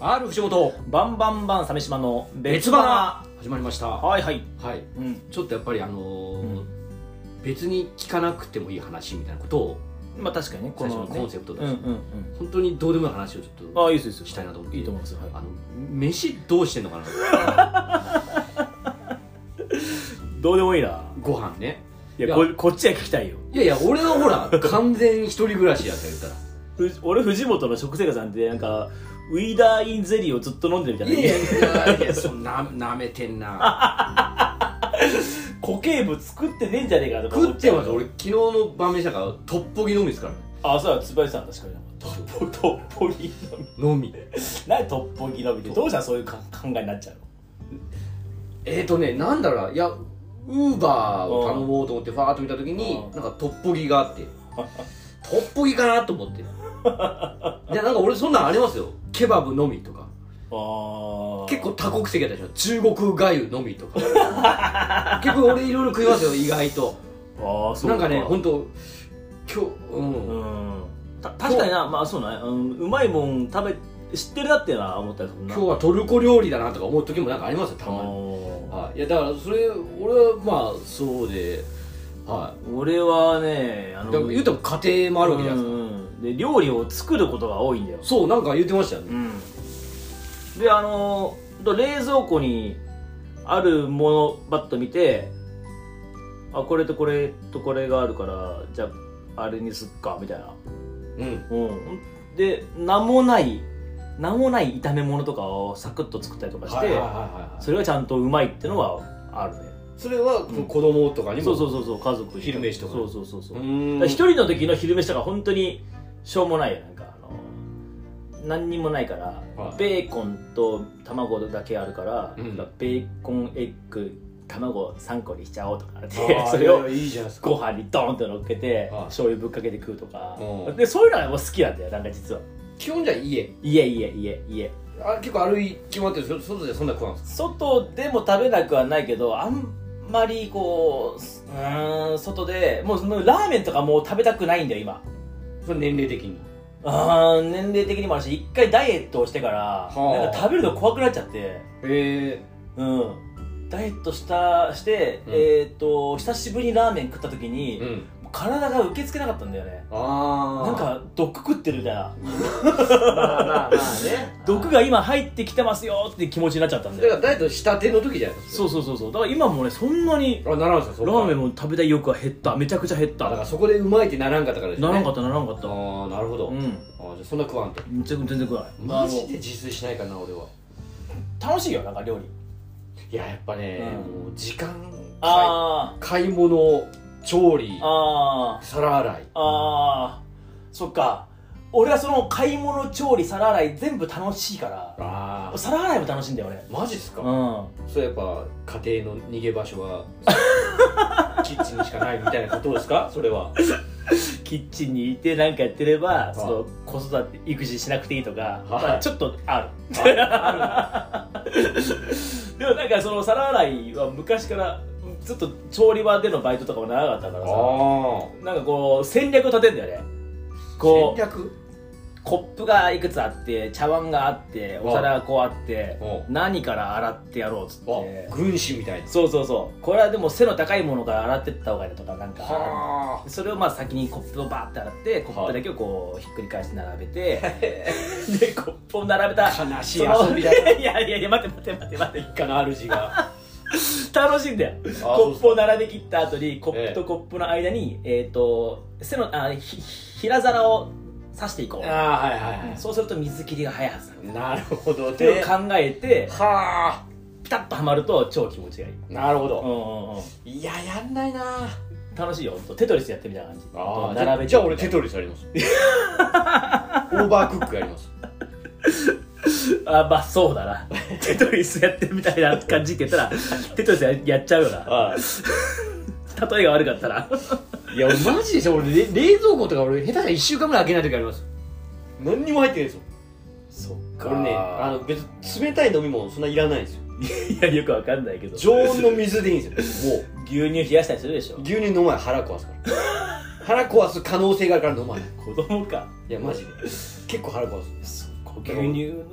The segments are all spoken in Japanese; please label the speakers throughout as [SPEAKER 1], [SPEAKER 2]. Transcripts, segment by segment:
[SPEAKER 1] R 藤本
[SPEAKER 2] バンバンバン鮫島の別
[SPEAKER 1] 別
[SPEAKER 2] 花
[SPEAKER 1] 花始まりましたは
[SPEAKER 2] はいはい、
[SPEAKER 1] い、
[SPEAKER 2] うん、
[SPEAKER 1] ちょっとやっぱりあのー
[SPEAKER 2] う
[SPEAKER 1] 別に聞かなくてもいい話みたいなことを
[SPEAKER 2] まあ確かにね
[SPEAKER 1] 最初の
[SPEAKER 2] ね
[SPEAKER 1] コンセプト
[SPEAKER 2] うん
[SPEAKER 1] だ
[SPEAKER 2] う
[SPEAKER 1] し、
[SPEAKER 2] ん
[SPEAKER 1] 本当にどうでもいい話をちょっ
[SPEAKER 2] うん
[SPEAKER 1] と
[SPEAKER 2] ああいいですいいです
[SPEAKER 1] したいなと思って
[SPEAKER 2] いいと思いますよ、
[SPEAKER 1] あ
[SPEAKER 2] は、
[SPEAKER 1] の飯どうしてんのかない
[SPEAKER 2] どうでもいいな
[SPEAKER 1] ご飯ね
[SPEAKER 2] いや
[SPEAKER 1] いや
[SPEAKER 2] ここっちは聞きたいよ
[SPEAKER 1] いやいや俺はほら完全一人暮らしやったら言ったら
[SPEAKER 2] ふ俺藤本の食生活なんてなんかウィーダーインゼリーをずっと飲んでるみたいない
[SPEAKER 1] やいやいやそんななめてんな
[SPEAKER 2] 固形物作ってねえんじゃねえかとか
[SPEAKER 1] 食
[SPEAKER 2] 思
[SPEAKER 1] っ
[SPEAKER 2] ち
[SPEAKER 1] て
[SPEAKER 2] ゃう
[SPEAKER 1] ます 俺昨日の晩飯だからトッポギのみですからね
[SPEAKER 2] あそうだつばやさん確かにトッポトッポギ飲み
[SPEAKER 1] のみ
[SPEAKER 2] 何トッポギ飲みってどうじゃそういうか考えになっちゃうの
[SPEAKER 1] えーとねなんだろうないやウーバーを頼もうと思ってファーッと見た時に
[SPEAKER 2] うん
[SPEAKER 1] なんかトッポギがあって トッポギかなと思ってでなんか俺そんなんありますよケバブのみとか
[SPEAKER 2] ああ
[SPEAKER 1] 結構多国籍やったでしょ中国粥のみ とか結構俺いろいろ食いますよ意外と
[SPEAKER 2] ああそう
[SPEAKER 1] なんかね本当今日うん、
[SPEAKER 2] うんた確かになまあそうね、うん、うまいもん食べ知ってるなっていうのは思ったよそんな
[SPEAKER 1] 今日はトルコ料理だなとか思う時もなんかありますよた
[SPEAKER 2] あ
[SPEAKER 1] まに
[SPEAKER 2] ー
[SPEAKER 1] はいいやだからそれ俺はまあそうでは
[SPEAKER 2] 俺はねあ
[SPEAKER 1] い
[SPEAKER 2] の
[SPEAKER 1] でも言うても家庭もあるわけじゃないですか、
[SPEAKER 2] うんうんで料理を作ることが多いんだよ
[SPEAKER 1] そうなんか言ってましたよね、
[SPEAKER 2] うんであのと冷蔵庫にあるものばっと見てあこれとこれとこれがあるからじゃああれにすっかみたいな
[SPEAKER 1] うん、
[SPEAKER 2] うん、で名もない名もない炒め物とかをサクッと作ったりとかして、
[SPEAKER 1] はいはいはいはい
[SPEAKER 2] それがちゃんとうまいってのはあるね
[SPEAKER 1] それは
[SPEAKER 2] うん
[SPEAKER 1] 子供とかにも、
[SPEAKER 2] そうそうそうそう家族
[SPEAKER 1] 昼飯とか
[SPEAKER 2] そうそうそうそう
[SPEAKER 1] う
[SPEAKER 2] だか
[SPEAKER 1] ーん
[SPEAKER 2] ら一人の時の昼飯とか本当にしょうもないよなんかあの何にもないから、
[SPEAKER 1] はい
[SPEAKER 2] ベーコンと卵だけあるから、
[SPEAKER 1] うん
[SPEAKER 2] ベーコンエッグ卵3個にしちゃおうとかって
[SPEAKER 1] あー
[SPEAKER 2] それを
[SPEAKER 1] いやいいじゃないですか
[SPEAKER 2] ご飯にドーンと乗っけて
[SPEAKER 1] はい
[SPEAKER 2] 醤油ぶっかけて食うとか
[SPEAKER 1] うん
[SPEAKER 2] でそういうのはもう好きなんだよなんか実は
[SPEAKER 1] 基本じゃ家
[SPEAKER 2] 家家家家
[SPEAKER 1] あ結構歩い決まってるんですよ外でそんな食わんですか
[SPEAKER 2] 外でも食べなくはないけどあんまりこううーん外でもうそのラーメンとかもう食べたくないんだよ今
[SPEAKER 1] それ年齢的に
[SPEAKER 2] あー年齢的にもあるし一回ダイエットをしてから、
[SPEAKER 1] あ
[SPEAKER 2] なんか食べるの怖くなっちゃって
[SPEAKER 1] へえ
[SPEAKER 2] うんダイエットしたして、
[SPEAKER 1] うん
[SPEAKER 2] えーっと久しぶりにラーメン食った時に、
[SPEAKER 1] うん
[SPEAKER 2] 体が受け付けなかったんだよね
[SPEAKER 1] ああ
[SPEAKER 2] なんか毒食ってるみたいな
[SPEAKER 1] まあまあまあね
[SPEAKER 2] 毒が今入ってきてますよって気持ちになっちゃったん
[SPEAKER 1] だ
[SPEAKER 2] だ
[SPEAKER 1] から
[SPEAKER 2] よ
[SPEAKER 1] ダイエットしたての時じゃないです
[SPEAKER 2] そうそうそうそうだから今もねそんなに
[SPEAKER 1] かあならんすよそ
[SPEAKER 2] ラ
[SPEAKER 1] っか
[SPEAKER 2] ーメンも食べたい欲が減っためちゃくちゃ減っ
[SPEAKER 1] あだか
[SPEAKER 2] た
[SPEAKER 1] らそこでうまいってならんかったからです
[SPEAKER 2] な
[SPEAKER 1] ね
[SPEAKER 2] らんかったならんかった
[SPEAKER 1] ああなるほど、あ
[SPEAKER 2] うん
[SPEAKER 1] ーじゃあそんな食わんと
[SPEAKER 2] めちゃくちゃ全然食わない
[SPEAKER 1] マジで自炊しないかな俺は
[SPEAKER 2] 楽しいよなんか料理
[SPEAKER 1] いややっぱね、
[SPEAKER 2] うん
[SPEAKER 1] もう時間
[SPEAKER 2] あ
[SPEAKER 1] 買い物調理
[SPEAKER 2] あああ
[SPEAKER 1] 皿洗い
[SPEAKER 2] ああそっか俺はその買い物調理皿洗い全部楽しいから
[SPEAKER 1] あ
[SPEAKER 2] 皿洗いも楽しいんだよ俺
[SPEAKER 1] マジっすか、
[SPEAKER 2] うん
[SPEAKER 1] それやっぱ家庭の逃げ場所は キッチンにしかないみたいなことですかそれは
[SPEAKER 2] キッチンにいてなんかやってれば
[SPEAKER 1] い
[SPEAKER 2] その子育て育児しなくていいとか、
[SPEAKER 1] い
[SPEAKER 2] まあ、ちょっとある でもなんかその皿洗いは昔からずっと調理場でのバイトとかも長かったからさ
[SPEAKER 1] あ
[SPEAKER 2] なんかこう戦略を立てんだよね
[SPEAKER 1] 戦
[SPEAKER 2] こう
[SPEAKER 1] 略
[SPEAKER 2] コップがいくつあって茶碗があってお皿がこうあって
[SPEAKER 1] う
[SPEAKER 2] 何から洗ってやろうっつって
[SPEAKER 1] あ軍師みたいな
[SPEAKER 2] そうそうそうこれはでも背の高いものから洗ってった方がいいとかなんか
[SPEAKER 1] は
[SPEAKER 2] それをまあ先にコップをバーって洗ってコップだけをこうひっくり返して並べてでコップを並べた
[SPEAKER 1] あ悲しい
[SPEAKER 2] その
[SPEAKER 1] 遊びだよ
[SPEAKER 2] いやいやいや待って待って待って待って
[SPEAKER 1] 一家の主が
[SPEAKER 2] 楽しいんだよ
[SPEAKER 1] そう
[SPEAKER 2] コ
[SPEAKER 1] っす
[SPEAKER 2] ッ
[SPEAKER 1] か
[SPEAKER 2] プを並べ切った後にコップとコップの間に、えーと背のあひ平皿を刺していこ
[SPEAKER 1] あ
[SPEAKER 2] う
[SPEAKER 1] あはいはいは
[SPEAKER 2] そうすると水切りが早いはずだっ
[SPEAKER 1] い、なるほど
[SPEAKER 2] ていう
[SPEAKER 1] ね
[SPEAKER 2] のを考えて
[SPEAKER 1] はあ
[SPEAKER 2] ピタッとはまると超気持ちがいい、
[SPEAKER 1] なるほ
[SPEAKER 2] うん
[SPEAKER 1] ど、
[SPEAKER 2] うんうん、
[SPEAKER 1] いややんないな
[SPEAKER 2] 楽しいよほんとテトリスやってみたいな感じ
[SPEAKER 1] あ
[SPEAKER 2] 並べて
[SPEAKER 1] じゃあ俺テトリスやります オーバークックやります
[SPEAKER 2] あまあそうだ なテトリスやってるみたいな感じって言ったらテトリスややっちゃうよな
[SPEAKER 1] あ
[SPEAKER 2] 例えが悪かったら
[SPEAKER 1] いやマジでさ俺れ冷蔵庫とか俺下手したら1週間ぐらい開けない時あります何にも入ってないですよ
[SPEAKER 2] そっか
[SPEAKER 1] 俺ねあの別に冷たい飲み物そんないらないんですよ
[SPEAKER 2] いやよくわかんないけど牛
[SPEAKER 1] 常温の水でいいんですよも
[SPEAKER 2] 乳冷やしたりするでしょ
[SPEAKER 1] う牛乳飲まない腹壊すから腹壊す可能性があるから飲まない
[SPEAKER 2] 子供か
[SPEAKER 1] いやマジで結構腹壊す
[SPEAKER 2] そっか牛乳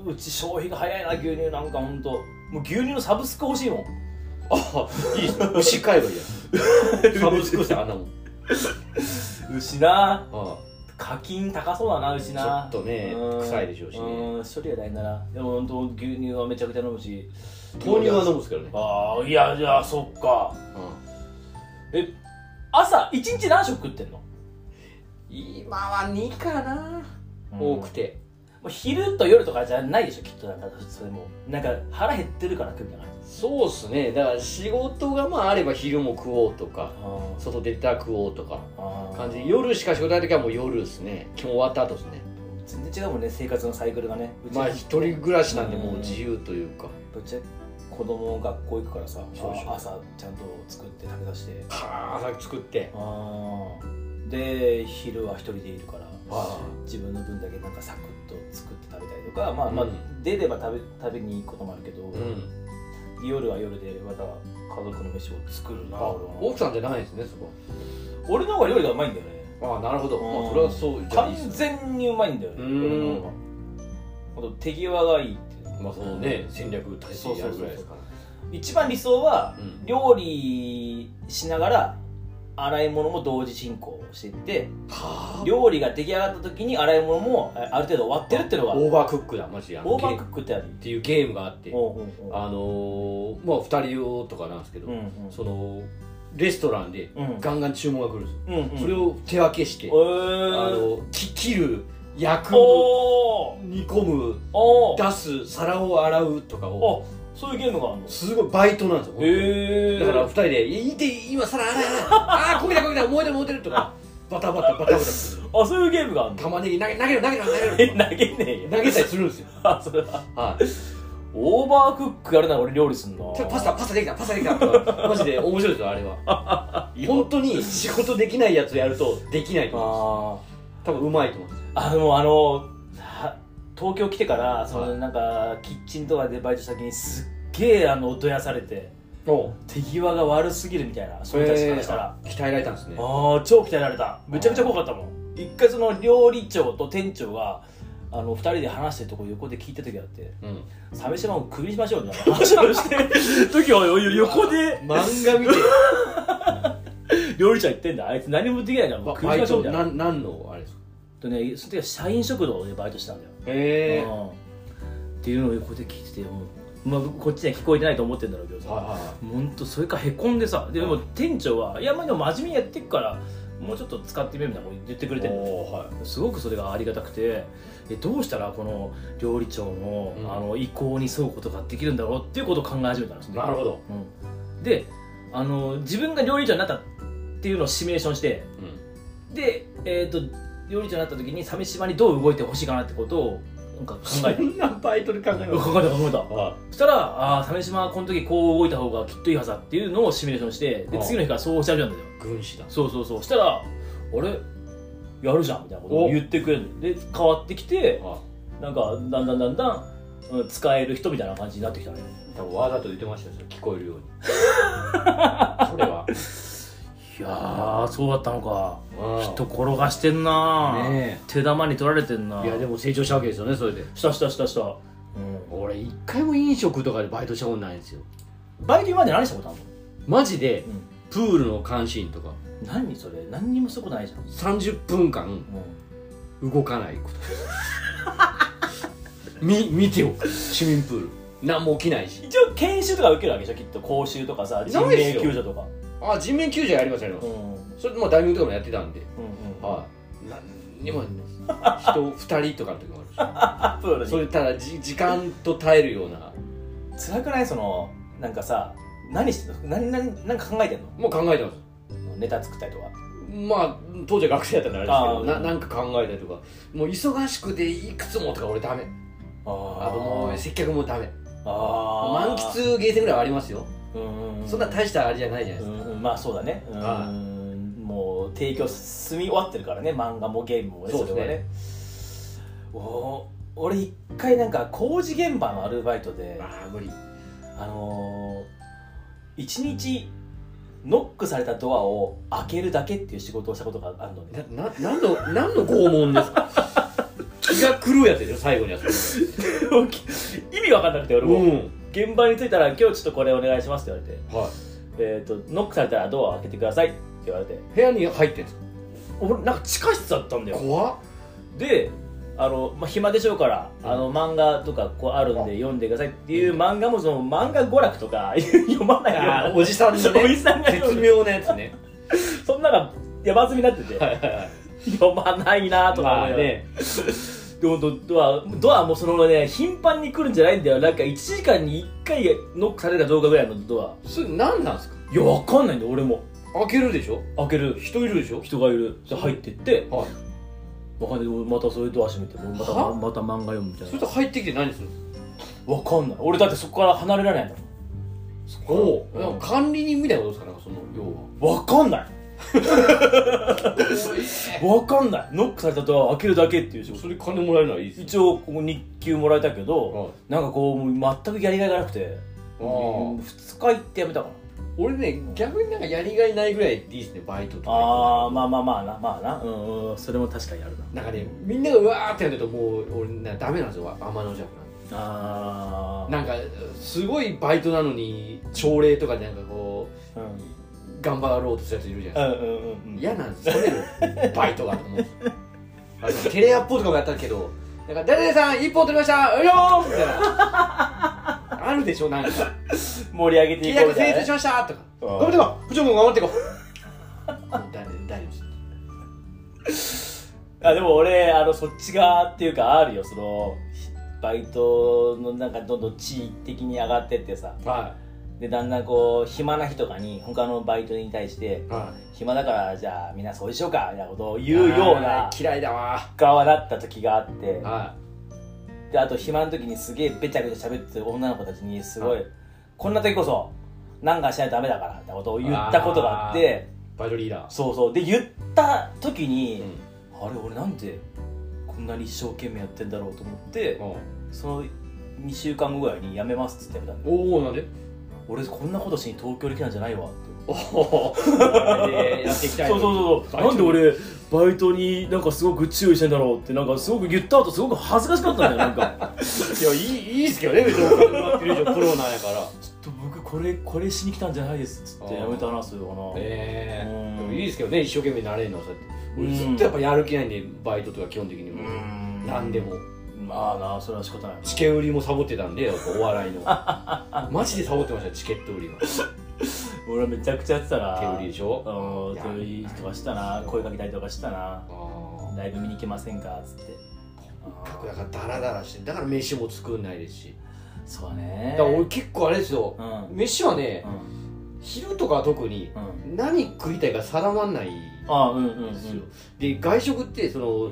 [SPEAKER 2] のうち消費が早いな牛乳なんかほんともう牛乳のサブスク欲し いもん
[SPEAKER 1] あいいですね牛買えば いいやんサブスクしてあんなもん
[SPEAKER 2] 牛な
[SPEAKER 1] あ
[SPEAKER 2] 課金高そうだな牛な
[SPEAKER 1] ちょっとね
[SPEAKER 2] うん
[SPEAKER 1] 臭いでしょうしね
[SPEAKER 2] うん処理が大変だなでも本当牛乳はめちゃくちゃ飲むし
[SPEAKER 1] あ豆乳は飲むんですけどね
[SPEAKER 2] ああいやいやそっかえ朝一日何食食ってんの
[SPEAKER 1] 今は2かな多くて
[SPEAKER 2] もう昼と夜とかじゃないでしょきっとなんかそれもなんか腹減ってるから食うんじゃない
[SPEAKER 1] そうっすねだから仕事がまああれば昼も食おうとか外出たら食おうとか
[SPEAKER 2] あー
[SPEAKER 1] 感じ夜しか仕事ない時はもう夜ですね今日終わった後ですね
[SPEAKER 2] 全然違うもんね生活のサイクルがねうち
[SPEAKER 1] まあ一人暮らしなんでもう自由というか
[SPEAKER 2] ぶっちゃけ子供学校行くからさ
[SPEAKER 1] そうでしょ
[SPEAKER 2] あ朝ちゃんと作って食べさせて
[SPEAKER 1] はあ作って
[SPEAKER 2] あーで昼は一人でいるから
[SPEAKER 1] あ
[SPEAKER 2] 自分の分だけなんかサクッと作って食べたりとかまあまあ、
[SPEAKER 1] うん
[SPEAKER 2] 出れば食べ食べに行くこともあるけど、
[SPEAKER 1] うん
[SPEAKER 2] 夜は夜でまた家族の飯を作るな
[SPEAKER 1] あ
[SPEAKER 2] 俺は
[SPEAKER 1] 奥さんじゃないですねそこ
[SPEAKER 2] 俺の方が料理がうまいんだよね
[SPEAKER 1] ああなるほど
[SPEAKER 2] うん
[SPEAKER 1] まあそれはそうじゃあい
[SPEAKER 2] 完
[SPEAKER 1] いですね
[SPEAKER 2] 全にうまいんだよね
[SPEAKER 1] う
[SPEAKER 2] 俺
[SPEAKER 1] ん
[SPEAKER 2] の方がほんと手際がいいっていう
[SPEAKER 1] まあそのね戦略大
[SPEAKER 2] そう
[SPEAKER 1] 切や
[SPEAKER 2] そう
[SPEAKER 1] る
[SPEAKER 2] そう
[SPEAKER 1] ぐらいですから
[SPEAKER 2] 一番理想は
[SPEAKER 1] うん
[SPEAKER 2] 料理しながら洗い物も同時進行していって
[SPEAKER 1] はあ
[SPEAKER 2] 料理が出来上がった時に洗い物もあある程度終わってるっていうのが
[SPEAKER 1] オーバークックだマジであの
[SPEAKER 2] オーバー
[SPEAKER 1] ゲ
[SPEAKER 2] ク
[SPEAKER 1] ー
[SPEAKER 2] ックってある
[SPEAKER 1] っていうゲームがあって
[SPEAKER 2] おうおうおう
[SPEAKER 1] あのーまあ2人用とかなんですけど
[SPEAKER 2] うん
[SPEAKER 1] そのレストランで
[SPEAKER 2] うん
[SPEAKER 1] ガンガン注文が来るんですよ
[SPEAKER 2] うんうん
[SPEAKER 1] それを手分けしてあ
[SPEAKER 2] えー
[SPEAKER 1] のき切る焼く
[SPEAKER 2] おー
[SPEAKER 1] 煮込む
[SPEAKER 2] おー
[SPEAKER 1] 出す皿を洗うとかを
[SPEAKER 2] あそういうゲームがあるの
[SPEAKER 1] すごいバイトなんですよ本当に
[SPEAKER 2] へえ
[SPEAKER 1] だから2人で「いいて今皿洗い洗いああ焦げた焦げた燃えてる燃えてる」とかバタバタバタバタする
[SPEAKER 2] あそういうゲームがあるの
[SPEAKER 1] 玉ねぎ投げ投げろ投げろ投げろ
[SPEAKER 2] え
[SPEAKER 1] と
[SPEAKER 2] 投
[SPEAKER 1] か
[SPEAKER 2] げねえよ
[SPEAKER 1] 投げたりするんですよ
[SPEAKER 2] あそれは
[SPEAKER 1] はい
[SPEAKER 2] オーバークックやるなら俺料理すんの
[SPEAKER 1] ちょパスタパスタできたパスタできたとかマジで面白いですよあれは 本当に仕事できないやつやるとできないと思う
[SPEAKER 2] あ
[SPEAKER 1] 多分うまいと思うんですよ
[SPEAKER 2] ーあのあのは東京来てからそ
[SPEAKER 1] は
[SPEAKER 2] の
[SPEAKER 1] い
[SPEAKER 2] なんかキッチンとかでバイトした時にすっげえあの音やされて手際が悪すぎるみたいなその人たちからしたら、
[SPEAKER 1] えー鍛えられたんですね
[SPEAKER 2] ああ超鍛えられためちゃくちゃ怖かったもん一回その料理長と店長があの二人で話してるとこ横で聞いた時があって
[SPEAKER 1] うん
[SPEAKER 2] 「鮫島をクビにしましょう」みたいな話をして る時は横で
[SPEAKER 1] 漫画見て
[SPEAKER 2] 料理長言ってんだあいつ何もできないからも
[SPEAKER 1] バ
[SPEAKER 2] うクビ
[SPEAKER 1] バ
[SPEAKER 2] にし
[SPEAKER 1] イ
[SPEAKER 2] ましょう
[SPEAKER 1] ト
[SPEAKER 2] みたいな
[SPEAKER 1] なんなんのあれですか
[SPEAKER 2] とねその時は社員食堂でバイトしたんだよ
[SPEAKER 1] へえ
[SPEAKER 2] うんっていうのを横で聞いててもう、まあ、こっちには聞こえてないと思ってんだろうけどさ
[SPEAKER 1] はいはいは
[SPEAKER 2] 本当それからへこんでさででも店長はいやまあでも真面目にやってっからもうちょっと使ってみるみたいなこと言ってくれ
[SPEAKER 1] い
[SPEAKER 2] てるの
[SPEAKER 1] おーはい
[SPEAKER 2] すごくそれがありがたくてえどうしたらこの料理長の,、
[SPEAKER 1] うん
[SPEAKER 2] あの意向に沿うことができるんだろうっていうことを考え始めたんですね
[SPEAKER 1] なるほど、
[SPEAKER 2] うん、であの自分が料理長になったっていうのをシミュレーションして
[SPEAKER 1] うん、
[SPEAKER 2] で、えー、と料理長になった時に鮫島にどう動いてほしいかなってことをなんか考え
[SPEAKER 1] そ
[SPEAKER 2] て
[SPEAKER 1] んなバイトで考え ます
[SPEAKER 2] 考えた考えた
[SPEAKER 1] は
[SPEAKER 2] そしたらあー鮫島はこの時こう動いた方がきっといいはずだっていうのをシミュレーションしてで
[SPEAKER 1] ああ
[SPEAKER 2] 次の日からそうおっしゃるんだよ
[SPEAKER 1] い軍師だ
[SPEAKER 2] そうそうそうそしたら「あれやるじゃん」みたいなことを
[SPEAKER 1] お
[SPEAKER 2] 言ってくれるので変わってきて
[SPEAKER 1] は
[SPEAKER 2] なんかだんだんだんだんうん使える人みたいな感じになってきたね
[SPEAKER 1] い多分わざと言ってましたよそれ聞こえるよう にそれはい
[SPEAKER 2] やーそうだったのか人
[SPEAKER 1] 人
[SPEAKER 2] 転がしてんなー、
[SPEAKER 1] ね
[SPEAKER 2] 手玉に取られてんない
[SPEAKER 1] やでも成長したわけですよねそれで
[SPEAKER 2] したしたしたした、うん、
[SPEAKER 1] 俺一回も飲食とかでバイトしたことないんですよ
[SPEAKER 2] バイト今まで何したことあるの
[SPEAKER 1] マジで
[SPEAKER 2] うん
[SPEAKER 1] プールの監視員とか
[SPEAKER 2] 何それ何にもしたことないじゃん、
[SPEAKER 1] 30分間動かないこと み見ておく市民プール何も起きないし
[SPEAKER 2] 一応研修とか受けるわけでしょきっと講習とかさ人
[SPEAKER 1] ないで
[SPEAKER 2] 命
[SPEAKER 1] すよ
[SPEAKER 2] 救助とか
[SPEAKER 1] あ人命救助やりますやりま
[SPEAKER 2] う
[SPEAKER 1] す
[SPEAKER 2] んうん
[SPEAKER 1] それでまあダイビングとかもやってたんで
[SPEAKER 2] うん
[SPEAKER 1] はい何にもやんないです人2人とかの 時もあ
[SPEAKER 2] アップ
[SPEAKER 1] る
[SPEAKER 2] ル
[SPEAKER 1] しそ
[SPEAKER 2] に
[SPEAKER 1] れただじ時間と耐えるような
[SPEAKER 2] 辛くないそのなんかさ何してんの何何なんか考えてん
[SPEAKER 1] もう考えてます
[SPEAKER 2] のネタ作ったりとか
[SPEAKER 1] まあ当時は学生だったからあれですけ
[SPEAKER 2] あ
[SPEAKER 1] ど
[SPEAKER 2] ー
[SPEAKER 1] ななんか考えたりとかもう忙しくていくつもとか俺ダメ
[SPEAKER 2] あ
[SPEAKER 1] あともう接客もダメ
[SPEAKER 2] あ
[SPEAKER 1] 満喫ゲーセンぐらいはありますよ
[SPEAKER 2] うんうん
[SPEAKER 1] そんな大したあれじゃないじゃないで
[SPEAKER 2] う
[SPEAKER 1] すか
[SPEAKER 2] んうんまあそうだねうん
[SPEAKER 1] は
[SPEAKER 2] もう提供済み終わってるからね漫画もゲームもね
[SPEAKER 1] そうですね
[SPEAKER 2] れはお俺一回なんか工事現場のアルバイトで
[SPEAKER 1] ああ無理
[SPEAKER 2] あのー、1日ノックされたドアを開 けるだけっていう仕事をしたことがあるのね
[SPEAKER 1] なな何の何の拷問ですか気が狂うやつでしょ最後にはそ
[SPEAKER 2] 意味わかんなくて俺
[SPEAKER 1] れ
[SPEAKER 2] も、
[SPEAKER 1] うん
[SPEAKER 2] 現場に着いたら「今日ちょっとこれお願いします」って言われて
[SPEAKER 1] は
[SPEAKER 2] 「えー、とノックされたらドア開けてください」って言われて
[SPEAKER 1] い部屋に入ってんすか
[SPEAKER 2] 俺なんか地下室だったんだよ
[SPEAKER 1] 怖っ
[SPEAKER 2] であの、まあ、暇でしょうから、
[SPEAKER 1] うん
[SPEAKER 2] あの漫画とかこうあるんで読んでくださいっていう漫画もその漫画娯楽とか 読まないよう
[SPEAKER 1] あ
[SPEAKER 2] な
[SPEAKER 1] ーおじさんのね
[SPEAKER 2] おじさんが読
[SPEAKER 1] 絶
[SPEAKER 2] む
[SPEAKER 1] 妙なやつね
[SPEAKER 2] そんなの山積みになって て、
[SPEAKER 1] はいはいはい
[SPEAKER 2] 読まないなとか
[SPEAKER 1] ま
[SPEAKER 2] 思
[SPEAKER 1] あ
[SPEAKER 2] いながら
[SPEAKER 1] ね
[SPEAKER 2] でほんとドアドアもそのね頻繁に来るんじゃないんだよなんか1時間に1回ノックされるかどうかぐらいのドア
[SPEAKER 1] それ何なんですか
[SPEAKER 2] いやわかんないんだよ俺も
[SPEAKER 1] 開けるでしょ
[SPEAKER 2] 開ける
[SPEAKER 1] 人いるでしょ
[SPEAKER 2] 人がいるで入ってって
[SPEAKER 1] はい
[SPEAKER 2] わかんない俺またそれドア閉めて俺また
[SPEAKER 1] は
[SPEAKER 2] また漫画読むみたい
[SPEAKER 1] それ
[SPEAKER 2] な
[SPEAKER 1] と入ってきて何するんで
[SPEAKER 2] わかんない俺だってそこから離れられないんだもん
[SPEAKER 1] すか
[SPEAKER 2] こ
[SPEAKER 1] おお管理人みたいなことですかなんかその要は
[SPEAKER 2] わ かんないわかんないノックされたドア開けるだけっていう仕事
[SPEAKER 1] それ金もらえるのはいいです
[SPEAKER 2] 一応こう日給もらえたけど
[SPEAKER 1] はい
[SPEAKER 2] なんかこうもう全くやりがいがなくて
[SPEAKER 1] あ
[SPEAKER 2] 2
[SPEAKER 1] ー
[SPEAKER 2] 日行ってやめたかな
[SPEAKER 1] 俺ね逆になんかやりがいないぐらいでいいですねバイトとか
[SPEAKER 2] ああまあまあまあなまあなうんうんそれも確かにある
[SPEAKER 1] な
[SPEAKER 2] な
[SPEAKER 1] んかねみんながうわーってやるともう俺なダメなんですよ天の弱
[SPEAKER 2] あ
[SPEAKER 1] なんでなんかすごいバイトなのに朝礼とかでなんかこ
[SPEAKER 2] うんうん
[SPEAKER 1] う頑張ろうとするやついるじゃないですか
[SPEAKER 2] うんうん
[SPEAKER 1] 嫌なんですよねバイトがと思うんですよあのテレアポとかもやったけどなんか誰々さん一本取りましたうよーみたいなあるでしょなんか
[SPEAKER 2] 盛り上げて
[SPEAKER 1] 契
[SPEAKER 2] いこ
[SPEAKER 1] 約
[SPEAKER 2] うじゃ
[SPEAKER 1] 成
[SPEAKER 2] な
[SPEAKER 1] 立
[SPEAKER 2] い
[SPEAKER 1] しましたとか
[SPEAKER 2] うん
[SPEAKER 1] 頑張ってこ部長も頑張ってこもう大丈夫大丈夫です
[SPEAKER 2] あでも俺あのそっち側っていうかあるよそのバイトのなんかどんどん地位的に上がってってさ
[SPEAKER 1] は
[SPEAKER 2] でだんだんこう暇な日とかに他のバイトに対して
[SPEAKER 1] いは
[SPEAKER 2] 暇だからじゃあみんなそうしようかみたいなことを
[SPEAKER 1] い
[SPEAKER 2] 言うような
[SPEAKER 1] あー嫌いだわ
[SPEAKER 2] 側だった時があって
[SPEAKER 1] は
[SPEAKER 2] であと暇の時にすげえべちゃべちゃ喋ってる女の子たちにすごい、こんな時こそなんかしないとダメだからってことを言ったことがあって
[SPEAKER 1] いバイトリーダー
[SPEAKER 2] そうそうで言った時に、
[SPEAKER 1] う
[SPEAKER 2] あれ俺なんでこんなに一生懸命やってんだろうと思って
[SPEAKER 1] んうん
[SPEAKER 2] その2週間後ぐらいに辞めますっつってやめたんで
[SPEAKER 1] おおなんで
[SPEAKER 2] 俺こんなことしに東京に来たんじゃないわって
[SPEAKER 1] おおやっていきたい
[SPEAKER 2] そうそうそうそうなんで俺バイトになんかすごく注意してんだろうってなんかすごく言った後すごく恥ずかしかったんだよな んか
[SPEAKER 1] いやいいいいっすけどね別にお金もらってる以上プロなんやから
[SPEAKER 2] ちょっと僕これこれしに来たんじゃないですっつって辞めたなそういうのかな
[SPEAKER 1] え
[SPEAKER 2] うん
[SPEAKER 1] えでもいいですけどね一生懸命なれるのはそうやって
[SPEAKER 2] うん
[SPEAKER 1] 俺ずっとやっぱやる気ないんでバイトとか基本的に
[SPEAKER 2] う
[SPEAKER 1] も
[SPEAKER 2] ん
[SPEAKER 1] 何でも
[SPEAKER 2] まあなそれは仕方ない
[SPEAKER 1] チケ売りもサボってたんでやっぱお笑い のマジでサボってましたチケット売りは
[SPEAKER 2] 俺はめちゃくちゃやってたな
[SPEAKER 1] 手売りでしょ
[SPEAKER 2] うん手売りとかしたな声かけたりとかしたな
[SPEAKER 1] ああ
[SPEAKER 2] ライブ見に行けませんかっつって
[SPEAKER 1] だからダラダラしてだから飯も作んないですし
[SPEAKER 2] そうだね
[SPEAKER 1] だから俺結構あれですよ
[SPEAKER 2] うんうん
[SPEAKER 1] 飯はね昼とかは特に
[SPEAKER 2] うん
[SPEAKER 1] 何食いたいか定まんないん
[SPEAKER 2] あうんうんうん
[SPEAKER 1] ですよで外食ってその
[SPEAKER 2] ん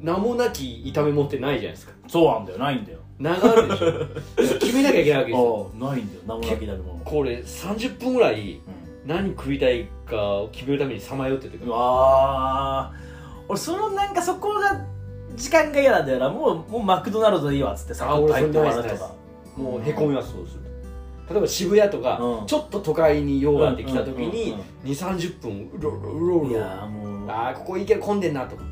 [SPEAKER 1] 名もなき炒め物ってないじゃないですか
[SPEAKER 2] そうなんだよないんだよ
[SPEAKER 1] 流れでしょ決めなきゃいけないわけですよ
[SPEAKER 2] ああないんだよ名もなきだけも
[SPEAKER 1] これ30分ぐらい
[SPEAKER 2] うん
[SPEAKER 1] 何食いたいかを決めるためにさまよってて
[SPEAKER 2] うわあ俺そのなんかそこが時間が嫌なんだよなもうもうマクドナルドでいいわっつってさ
[SPEAKER 1] あ俺
[SPEAKER 2] パイって終わ
[SPEAKER 1] そ
[SPEAKER 2] る
[SPEAKER 1] れナ
[SPEAKER 2] と
[SPEAKER 1] イスナイ
[SPEAKER 2] か
[SPEAKER 1] もうへこみますそうすると例えば渋谷とか、
[SPEAKER 2] うん
[SPEAKER 1] ちょっと都会に用があってきた時
[SPEAKER 2] う
[SPEAKER 1] に
[SPEAKER 2] んうんうん
[SPEAKER 1] 2 3 0分うろうろうろう
[SPEAKER 2] い
[SPEAKER 1] ろ
[SPEAKER 2] やーもう
[SPEAKER 1] あーここいいけど混んでんなとか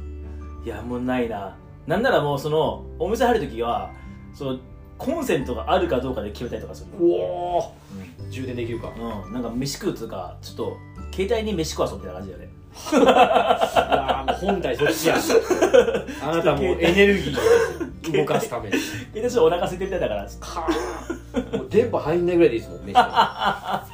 [SPEAKER 2] いやもうないななんならもうそのお店入る時はそのコンセントがあるかどうかで決めたりとかする
[SPEAKER 1] うおー充電できるか
[SPEAKER 2] うん、なんか飯食うつうかちょっと携帯に飯食わそうみたいな感じだよね
[SPEAKER 1] あーもう本体そっちやあなたもうエネルギーを動かすために
[SPEAKER 2] 携帯ちょっとお腹空いてるみたいだから
[SPEAKER 1] かーもう電波入んないぐらいでいいですもん飯は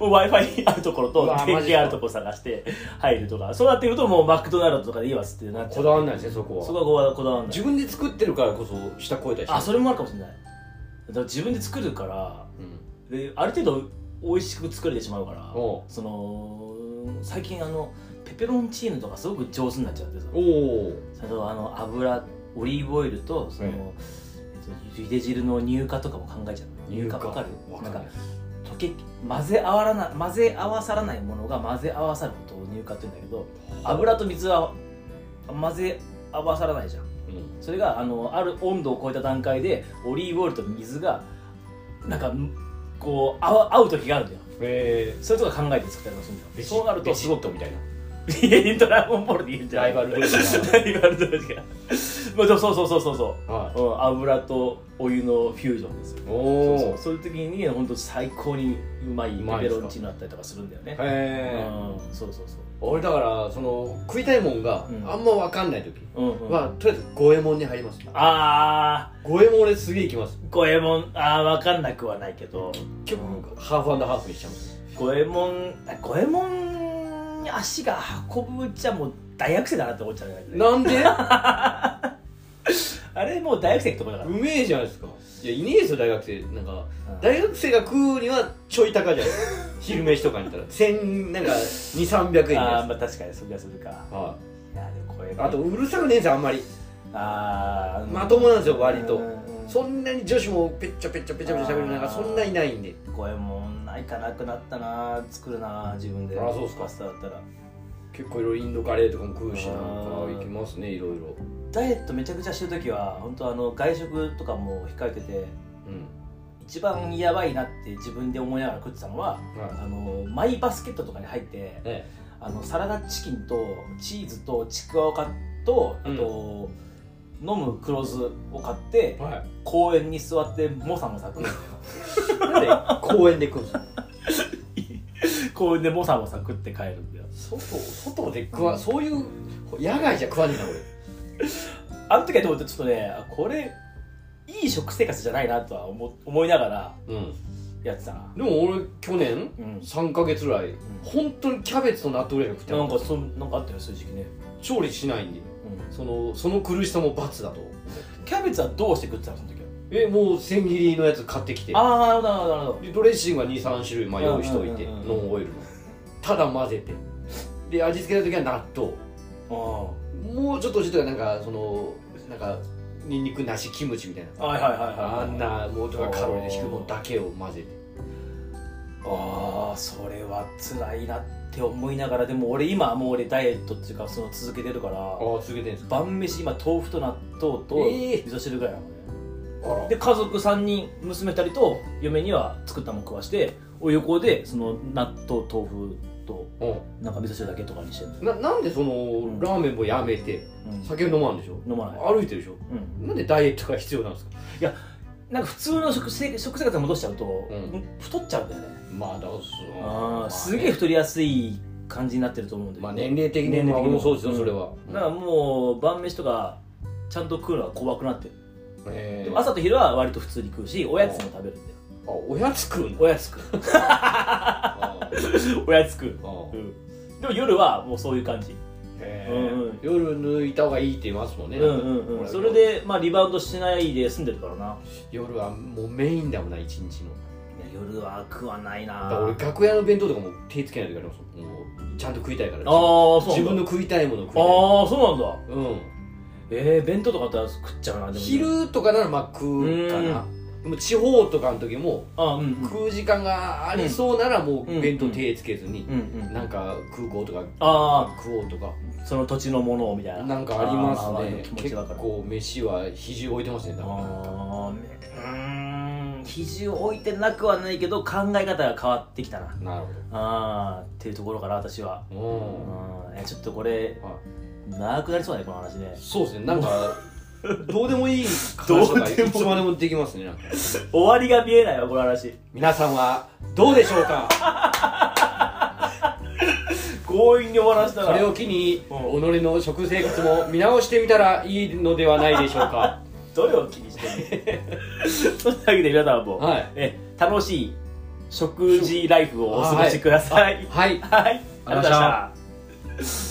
[SPEAKER 2] w i f i あるところと
[SPEAKER 1] うわ
[SPEAKER 2] 電
[SPEAKER 1] マジか
[SPEAKER 2] 源あるところ探して入るとかそうなってくるともうマクドナルドとかでいいわっつってなっちゃ
[SPEAKER 1] こ
[SPEAKER 2] う
[SPEAKER 1] だわんないですねそこは
[SPEAKER 2] そこはこだわんない
[SPEAKER 1] 自分で作ってるからこそ下超えたりして
[SPEAKER 2] あそれもあるかもしれないだから自分で作るから
[SPEAKER 1] うん
[SPEAKER 2] である程度美味しく作れてしまうから
[SPEAKER 1] おう
[SPEAKER 2] その最近あのペペロンチーノとかすごく上手になっちゃってさ
[SPEAKER 1] おお
[SPEAKER 2] それとあの油オリーブオイルとその、
[SPEAKER 1] うん
[SPEAKER 2] えっとゆで汁の乳化とかも考えちゃう乳化わかる
[SPEAKER 1] わ
[SPEAKER 2] な
[SPEAKER 1] か
[SPEAKER 2] ん
[SPEAKER 1] んな
[SPEAKER 2] か
[SPEAKER 1] い
[SPEAKER 2] 溶け混ぜ合わらな混ぜ合わさらないものが混ぜ合わさることを乳化って言うんだけど油と水は混ぜ合わさらないじゃん
[SPEAKER 1] うん
[SPEAKER 2] それがあのある温度を超えた段階でオリーブオイルと水がなんかこう合う合う時があるんだよ
[SPEAKER 1] え
[SPEAKER 2] そういうとこ考えて作ったりとかするんだよ
[SPEAKER 1] ー
[SPEAKER 2] そうなるとすごく
[SPEAKER 1] トみたいな
[SPEAKER 2] いやドラゴンボールで言うんじゃ
[SPEAKER 1] ラ
[SPEAKER 2] ない
[SPEAKER 1] イバル同士が
[SPEAKER 2] ライバル同士がまあでもそうそうそうそうそ
[SPEAKER 1] は
[SPEAKER 2] う、うん、油とお湯のフュージョンですよ
[SPEAKER 1] いお
[SPEAKER 2] そ
[SPEAKER 1] お
[SPEAKER 2] うそうそういう時に本当最高にうまいペ
[SPEAKER 1] うまい
[SPEAKER 2] ペ
[SPEAKER 1] ですか
[SPEAKER 2] ロンチーノだったりとかするんだよね
[SPEAKER 1] へえ
[SPEAKER 2] うんそうそうそ
[SPEAKER 1] 俺だからその食いたいもんが
[SPEAKER 2] うん
[SPEAKER 1] あんま分かんない時
[SPEAKER 2] う、うんうん
[SPEAKER 1] はとりあえず五右衛門に入ります
[SPEAKER 2] ああ
[SPEAKER 1] 五右衛門俺すげえ行きます
[SPEAKER 2] 五右衛門ああ分かんなくはないけど
[SPEAKER 1] 結局ハーフハーフにしちゃいます
[SPEAKER 2] 五右衛門五右衛門に足が運ぶじゃもう大学生だなって思っちゃうよね
[SPEAKER 1] なん で
[SPEAKER 2] あれもう大学生って思いなかっ
[SPEAKER 1] うめえじゃないですかいやいねえですよ大学生なんか
[SPEAKER 2] た
[SPEAKER 1] 大学生が食うにはちょい高じゃない ですか昼飯とかに行ったら千なんか二三百円です
[SPEAKER 2] ああーまあ確かにそれはするか
[SPEAKER 1] はい
[SPEAKER 2] やでも五右衛
[SPEAKER 1] い
[SPEAKER 2] 門
[SPEAKER 1] あとうるさくねえんですよあんまり
[SPEAKER 2] あー
[SPEAKER 1] まともなんですよ割
[SPEAKER 2] う
[SPEAKER 1] と
[SPEAKER 2] ん
[SPEAKER 1] そんなに女子もぺっちゃぺっちゃぺちゃぺちゃ喋るなんかそんないないんで
[SPEAKER 2] 五右衛門ないかなくなったな作るな自分で
[SPEAKER 1] あそうっすか
[SPEAKER 2] パスタだったら
[SPEAKER 1] 結構いろいろインドカレーとかも食うしなんか
[SPEAKER 2] あー
[SPEAKER 1] 行きますねいろいろ
[SPEAKER 2] ダイエットめちゃくちゃしてる時は本当あの外食とかも控えてて
[SPEAKER 1] うん
[SPEAKER 2] 一番やばいなって自分で思いながら食ってたのは
[SPEAKER 1] はい
[SPEAKER 2] あのマイバスケットとかに入って
[SPEAKER 1] え
[SPEAKER 2] あのサラダチキンとチーズとちくわを買っとあと、飲む黒酢を買って
[SPEAKER 1] えはい
[SPEAKER 2] 公園に座ってモサモサ 食う
[SPEAKER 1] なんで公園で食うんですか
[SPEAKER 2] 公園でモサモサ食って帰るんだよ
[SPEAKER 1] 外外で食わそういう野外じゃ食わねえな
[SPEAKER 2] あの時はでもちょっとねあこれいい食生活じゃないなとは思思いながら
[SPEAKER 1] 俺うん
[SPEAKER 2] やってたな
[SPEAKER 1] でも俺去年
[SPEAKER 2] うん
[SPEAKER 1] 3ヶ月ぐらい本当にキャベツと納豆ぐらいしか
[SPEAKER 2] な
[SPEAKER 1] 食ってな
[SPEAKER 2] んか
[SPEAKER 1] い
[SPEAKER 2] そんなんかあったよそういう時期ね、
[SPEAKER 1] 調理しないんで
[SPEAKER 2] う
[SPEAKER 1] そのその苦しさも罰だと
[SPEAKER 2] ん、キャベツはどうして食ってたのその時は
[SPEAKER 1] えもう千切りのやつ買ってきて
[SPEAKER 2] ああなるほどなるほどなるほど
[SPEAKER 1] でドレッシングは23種類まあ用意しておいて
[SPEAKER 2] うんうんうんうん
[SPEAKER 1] ノンオイルのただ混ぜてで味付けた時は納豆
[SPEAKER 2] あ
[SPEAKER 1] もうちょっとしたらなんかそのなんかニンニクなしキムチみたいな
[SPEAKER 2] あはいはいはいはい
[SPEAKER 1] あんなもうとかカロリーで低いものだけを混ぜて
[SPEAKER 2] ああそれは辛いなって思いながらでも俺今はもう俺ダイエットっていうかその続けてるから
[SPEAKER 1] ああ続けてんですか
[SPEAKER 2] 晩飯今豆腐と納豆と
[SPEAKER 1] えー
[SPEAKER 2] 味噌汁ぐらいなのね、
[SPEAKER 1] あら
[SPEAKER 2] で家族3人娘2人と嫁には作ったもん食わしてお横でその納豆豆腐と
[SPEAKER 1] う
[SPEAKER 2] なんか味噌汁だけとかにしてるんだ
[SPEAKER 1] ん
[SPEAKER 2] よ、
[SPEAKER 1] ななんでその
[SPEAKER 2] ん
[SPEAKER 1] ラーメンもやめて
[SPEAKER 2] うん
[SPEAKER 1] 酒飲まんでしょ
[SPEAKER 2] 飲まない、
[SPEAKER 1] 歩いてるでしょ
[SPEAKER 2] うん、
[SPEAKER 1] なんでダイエットが必要なんですか
[SPEAKER 2] なんか普通の食生食生活に戻しちゃうと、
[SPEAKER 1] ん
[SPEAKER 2] 太っちゃうんだよね
[SPEAKER 1] まあだからそう
[SPEAKER 2] あ
[SPEAKER 1] ま
[SPEAKER 2] あ
[SPEAKER 1] あ
[SPEAKER 2] すげえ太りやすい感じになってると思うんだよ、
[SPEAKER 1] まあ年齢的に
[SPEAKER 2] 年齢的に
[SPEAKER 1] も
[SPEAKER 2] も
[SPEAKER 1] もそうですよそれは
[SPEAKER 2] だからもう晩飯とかちゃんと食うのは怖くなってる、
[SPEAKER 1] え
[SPEAKER 2] で
[SPEAKER 1] ー
[SPEAKER 2] も朝と昼は割と普通に食うしおやつも食べるんだよ
[SPEAKER 1] あおやつ食うん だ
[SPEAKER 2] おやつ食う
[SPEAKER 1] あー
[SPEAKER 2] おやつ食う、
[SPEAKER 1] あー
[SPEAKER 2] うん、でも夜はもうそういう感じ
[SPEAKER 1] へ
[SPEAKER 2] うん
[SPEAKER 1] ー
[SPEAKER 2] うん
[SPEAKER 1] 夜抜いた方がいいって言いますもんね
[SPEAKER 2] うんうんうんそれでまあリバウンドしないで済んでるからな
[SPEAKER 1] 夜はもうメインだもんな一日の
[SPEAKER 2] いや夜は食わない
[SPEAKER 1] だ
[SPEAKER 2] な
[SPEAKER 1] から
[SPEAKER 2] あ
[SPEAKER 1] 俺楽屋の弁当とかも手つけない時ありますもんもうちゃんと食いたいから
[SPEAKER 2] あーそうなんだ
[SPEAKER 1] 自分の食いたいものを食いた
[SPEAKER 2] ああそうなん
[SPEAKER 1] い
[SPEAKER 2] だ
[SPEAKER 1] うん
[SPEAKER 2] えー、弁当とかあったら食っちゃうなでも
[SPEAKER 1] 昼とかならまあ食うかなでも地方とかの時も
[SPEAKER 2] あうんうん
[SPEAKER 1] 食う時間がありそうならも
[SPEAKER 2] う
[SPEAKER 1] うん弁当手つけずに
[SPEAKER 2] うんうん
[SPEAKER 1] なんか空港とか
[SPEAKER 2] あ
[SPEAKER 1] 食おうとか
[SPEAKER 2] あその土地のものをみたいな
[SPEAKER 1] なんかありま
[SPEAKER 2] あ
[SPEAKER 1] す
[SPEAKER 2] ー
[SPEAKER 1] ね
[SPEAKER 2] 気持ち
[SPEAKER 1] 結
[SPEAKER 2] だから
[SPEAKER 1] 構飯は肘置いてますねだから
[SPEAKER 2] あーうーん肘を置いてなくはないけど考え方が変わってきたな
[SPEAKER 1] なる
[SPEAKER 2] あーっていうところから私は
[SPEAKER 1] ほどうん
[SPEAKER 2] うんえちょっとこれ
[SPEAKER 1] は
[SPEAKER 2] 長くなりそうだねこの話ね
[SPEAKER 1] いそうですねなん かどうでもいい話
[SPEAKER 2] ど
[SPEAKER 1] と
[SPEAKER 2] う
[SPEAKER 1] かい
[SPEAKER 2] でもいい
[SPEAKER 1] つまでもできますねなんか
[SPEAKER 2] 終わりが見えないわこの話
[SPEAKER 1] 皆さんはどうでしょうか
[SPEAKER 2] 強引に終わらせた
[SPEAKER 1] そ
[SPEAKER 2] ら
[SPEAKER 1] れを機に己
[SPEAKER 2] う
[SPEAKER 1] の食生活も見直してみたらいいのではないでしょうか
[SPEAKER 2] どれを気にしてるの そんなわけで皆さんも、
[SPEAKER 1] はい
[SPEAKER 2] え楽しい食事ライフをお過ごしください
[SPEAKER 1] はい
[SPEAKER 2] はい、ありがとうございまし
[SPEAKER 1] あ
[SPEAKER 2] た